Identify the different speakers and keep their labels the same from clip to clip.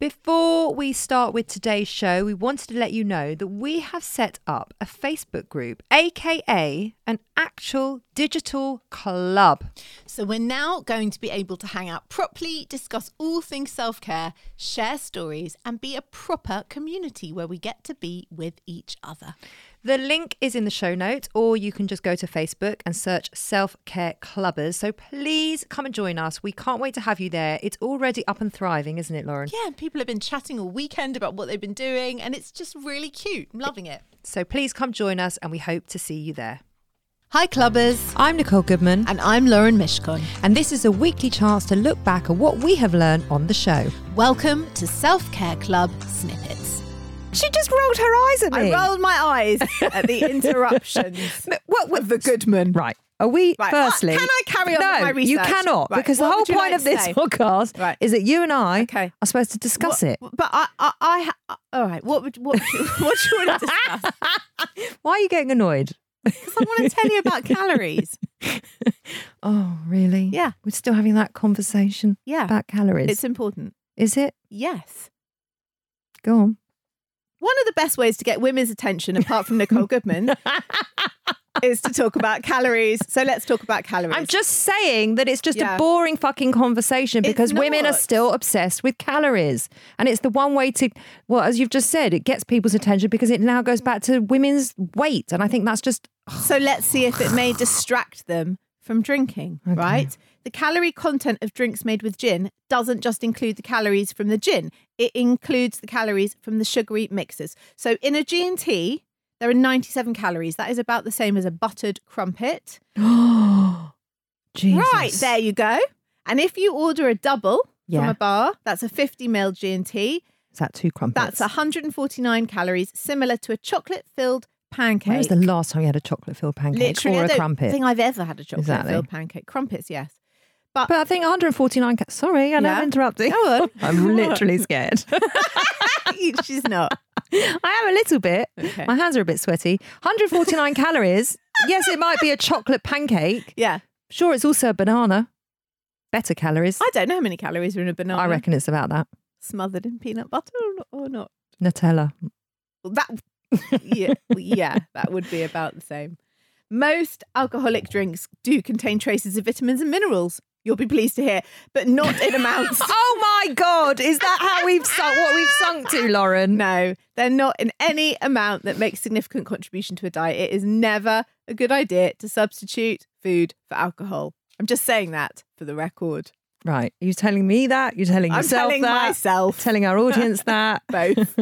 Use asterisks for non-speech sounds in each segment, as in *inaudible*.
Speaker 1: Before we start with today's show, we wanted to let you know that we have set up a Facebook group, aka an actual digital club.
Speaker 2: So we're now going to be able to hang out properly, discuss all things self care, share stories, and be a proper community where we get to be with each other.
Speaker 1: The link is in the show notes, or you can just go to Facebook and search Self Care Clubbers. So please come and join us. We can't wait to have you there. It's already up and thriving, isn't it, Lauren?
Speaker 2: Yeah, and people have been chatting all weekend about what they've been doing, and it's just really cute. I'm loving it.
Speaker 1: So please come join us, and we hope to see you there.
Speaker 2: Hi, clubbers.
Speaker 1: I'm Nicole Goodman,
Speaker 2: And I'm Lauren Mishkon.
Speaker 1: and this is a weekly chance to look back at what we have learned on the show.
Speaker 2: Welcome to Self Care Club Snippets.
Speaker 3: She just rolled her eyes at
Speaker 4: I
Speaker 3: me.
Speaker 4: rolled my eyes at the interruptions
Speaker 3: But What was
Speaker 4: of the Goodman.
Speaker 3: Right. Are we
Speaker 4: Right.
Speaker 3: firstly?
Speaker 4: Can I carry on
Speaker 3: No,
Speaker 4: with my research?
Speaker 3: you cannot
Speaker 4: Right.
Speaker 3: because
Speaker 4: What
Speaker 3: the whole
Speaker 4: would you
Speaker 3: point
Speaker 4: like
Speaker 3: of
Speaker 4: to
Speaker 3: this
Speaker 4: say?
Speaker 3: podcast
Speaker 4: Right.
Speaker 3: is that you and I
Speaker 4: Okay.
Speaker 3: are supposed to discuss
Speaker 4: *laughs* What-
Speaker 3: it.
Speaker 4: But I, I, I, ha- all right. What would, what, *laughs* would you- what do you want to discuss?
Speaker 3: *laughs* Why are you getting annoyed?
Speaker 4: Because I want to tell you about calories.
Speaker 3: Oh, really?
Speaker 4: Yeah.
Speaker 3: We're still having that conversation
Speaker 4: Yeah,
Speaker 3: about calories.
Speaker 4: it's important.
Speaker 3: is it?
Speaker 4: Yes.
Speaker 3: Go on.
Speaker 4: One of the best ways to get women's attention, apart from
Speaker 3: *laughs*
Speaker 4: Nicole Goodman, is to talk about calories. So let's talk about calories.
Speaker 3: I'm just saying that it's just
Speaker 4: Yeah.
Speaker 3: a boring fucking conversation
Speaker 4: It's
Speaker 3: because women are
Speaker 4: not.
Speaker 3: still obsessed with calories. And it's the one way to, well, as you've just said, it gets people's attention because it now goes back to women's weight. And I think that's just *gasps*
Speaker 4: So let's see if it may distract them from drinking, right? The calorie content of drinks made with gin doesn't just include the calories from the gin, it includes the calories from the sugary mixes. So in a G&T, there are 97 calories. That is about the same as a buttered crumpet.
Speaker 3: Jesus.
Speaker 4: Right, there you go. And if you order a double from
Speaker 3: Yeah.
Speaker 4: a bar, that's a 50 ml G&T,
Speaker 3: Is that two crumpets?
Speaker 4: that's 149 calories, similar to a chocolate-filled pancake.
Speaker 3: When was the last time you had a chocolate filled pancake
Speaker 4: Literally,
Speaker 3: or
Speaker 4: I
Speaker 3: a
Speaker 4: don't
Speaker 3: crumpet?
Speaker 4: think I've ever had a chocolate
Speaker 3: Exactly.
Speaker 4: filled pancake. Crumpets, yes. *laughs*
Speaker 3: but I think 149. Ca- Sorry, I know
Speaker 4: Yeah.
Speaker 3: I'm interrupting.
Speaker 4: Go on.
Speaker 3: *laughs* I'm literally scared. *laughs*
Speaker 4: She's not.
Speaker 3: I am a little bit.
Speaker 4: Okay.
Speaker 3: My hands are a bit sweaty. 149 calories. Yes, it might be a chocolate pancake.
Speaker 4: Yeah.
Speaker 3: Sure, it's also a banana. Better calories.
Speaker 4: I don't know how many calories are in a banana.
Speaker 3: I reckon it's about that.
Speaker 4: Smothered in peanut butter or not- or not.
Speaker 3: Nutella.
Speaker 4: Well, that,
Speaker 3: *laughs*
Speaker 4: yeah, well, yeah, that would be about the same. Most alcoholic drinks do contain traces of vitamins and minerals. You'll be pleased to hear, but not in amounts.
Speaker 3: Oh my God! Is that how we've sunk? What we've sunk to, Lauren?
Speaker 4: No, they're not in any amount that makes significant contribution to a diet. It is never a good idea to substitute food for alcohol. I'm just saying that for the record.
Speaker 3: Right? Are you telling me that? You're telling
Speaker 4: I'm
Speaker 3: yourself
Speaker 4: telling
Speaker 3: that? *laughs*
Speaker 4: myself
Speaker 3: Telling our audience that?
Speaker 4: both.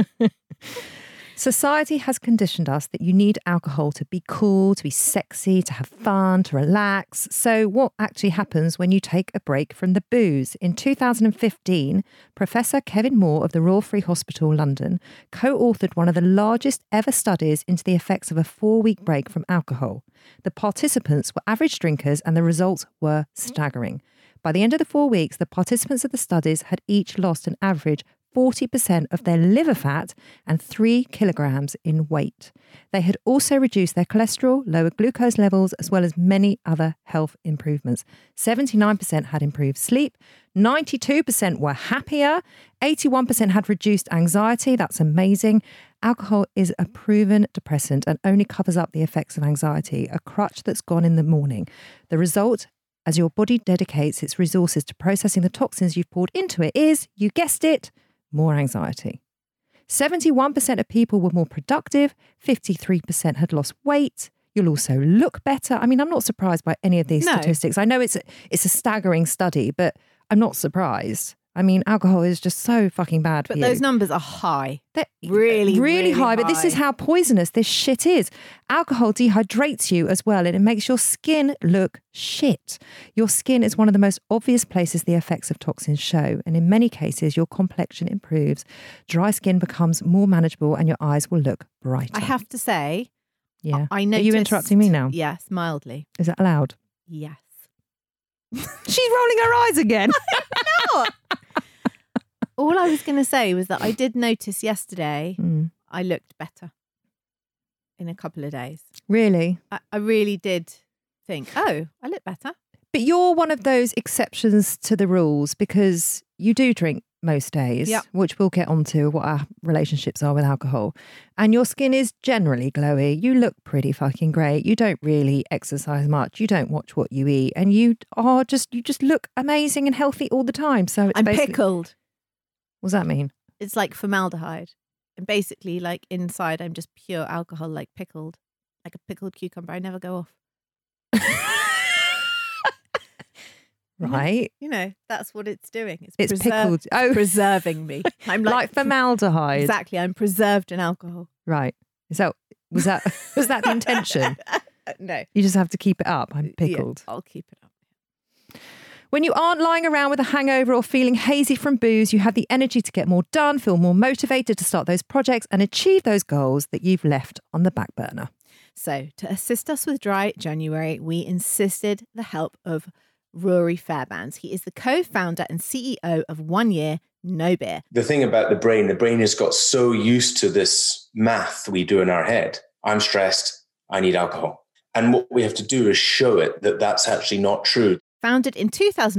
Speaker 3: Society has conditioned us that you need alcohol to be cool, to be sexy, to have fun, to relax. So, what actually happens when you take a break from the booze? In 2015, Professor Kevin Moore of the Royal Free Hospital, London, co authored one of the largest ever studies into the effects of a four week break from alcohol. The participants were average drinkers, and the results were staggering. By the end of the four weeks, the participants of the studies had each lost an average 40% of their liver fat and three kilograms in weight. They had also reduced their cholesterol, lower glucose levels, as well as many other health improvements. 79% had improved sleep, 92% were happier, 81% had reduced anxiety. That's amazing. Alcohol is a proven depressant and only covers up the effects of anxiety, a crutch that's gone in the morning. The result as your body dedicates its resources to processing the toxins you've poured into it is, you guessed it, more anxiety. 71% of people were more productive, 53% had lost weight. You'll also look better. I mean, I'm not surprised by any of these
Speaker 4: No.
Speaker 3: statistics. I know it's a, it's a staggering study, but I'm not surprised. I mean, alcohol is just so fucking bad
Speaker 4: But
Speaker 3: for you.
Speaker 4: those numbers are high.
Speaker 3: They're really,
Speaker 4: Really, really
Speaker 3: high, But this is
Speaker 4: high.
Speaker 3: how poisonous this shit is. Alcohol dehydrates you as well, and it makes your skin look shit. Your skin is one of the most obvious places the effects of toxins show, and in many cases, your complexion improves. Dry skin becomes more manageable, and your eyes will look brighter.
Speaker 4: I have to say,
Speaker 3: Yeah.
Speaker 4: I know.
Speaker 3: Are you interrupting me now?
Speaker 4: Yes, mildly.
Speaker 3: Is that allowed?
Speaker 4: Yes.
Speaker 3: She's rolling her eyes again.
Speaker 4: All I was going to say was that I did notice yesterday
Speaker 3: Mm.
Speaker 4: I looked better in a couple of days.
Speaker 3: Really?
Speaker 4: I, I really did think, oh, I look better.
Speaker 3: But you're one of those exceptions to the rules because you do drink most days,
Speaker 4: Yeah.
Speaker 3: which we'll get onto what our relationships are with alcohol, and your skin is generally glowy, you look pretty fucking great. You don't really exercise much. You don't watch what you eat, and you are just you just look amazing and healthy all the time. So it's
Speaker 4: I'm
Speaker 3: basically,
Speaker 4: pickled.
Speaker 3: What does that
Speaker 4: *laughs*
Speaker 3: mean? *laughs*
Speaker 4: It's like formaldehyde. And basically, like inside, I'm just pure alcohol, like pickled, like a pickled cucumber. I never go off.
Speaker 3: Right?
Speaker 4: You know, that's what it's doing. It's,
Speaker 3: It's
Speaker 4: preser-
Speaker 3: pickled. Oh, *laughs*
Speaker 4: preserving me. I'm
Speaker 3: like,
Speaker 4: like,
Speaker 3: formaldehyde.
Speaker 4: exactly. I'm preserved in alcohol.
Speaker 3: Right. Is that was that was that the intention?
Speaker 4: Uh, no,
Speaker 3: You just have to keep it up. I'm
Speaker 4: Yeah,
Speaker 3: pickled.
Speaker 4: I'll keep it up.
Speaker 3: When you aren't lying around with a hangover or feeling hazy from booze, you have the energy to get more done, feel more motivated to start those projects and achieve those goals that you've left on the back burner.
Speaker 4: So, to assist us with dry January, we insisted the help of Rory Fairbands. He is the co founder and CEO of One Year No Beer.
Speaker 5: the thing about the brain, the brain has got so used to this math we do in our head. I'm stressed. I need alcohol. And what we have to do is show it that that's actually not true.
Speaker 4: Founded in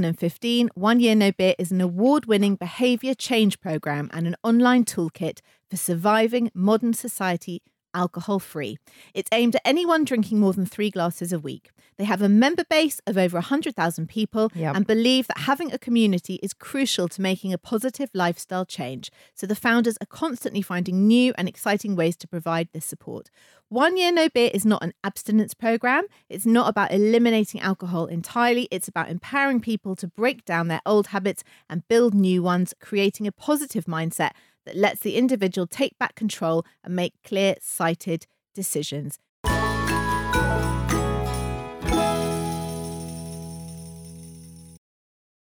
Speaker 4: 2015, One Year No Beer is an award winning behaviour change programme and an online toolkit for surviving modern society alcohol free. It's aimed at anyone drinking more than three glasses a week. They have a member base of over 100,000 people
Speaker 3: Yep.
Speaker 4: and believe that having a community is crucial to making a positive lifestyle change. So the founders are constantly finding new and exciting ways to provide this support. One Year No Beer is not an abstinence program. It's not about eliminating alcohol entirely. It's about empowering people to break down their old habits and build new ones, creating a positive mindset that lets the individual take back control and make clear sighted decisions.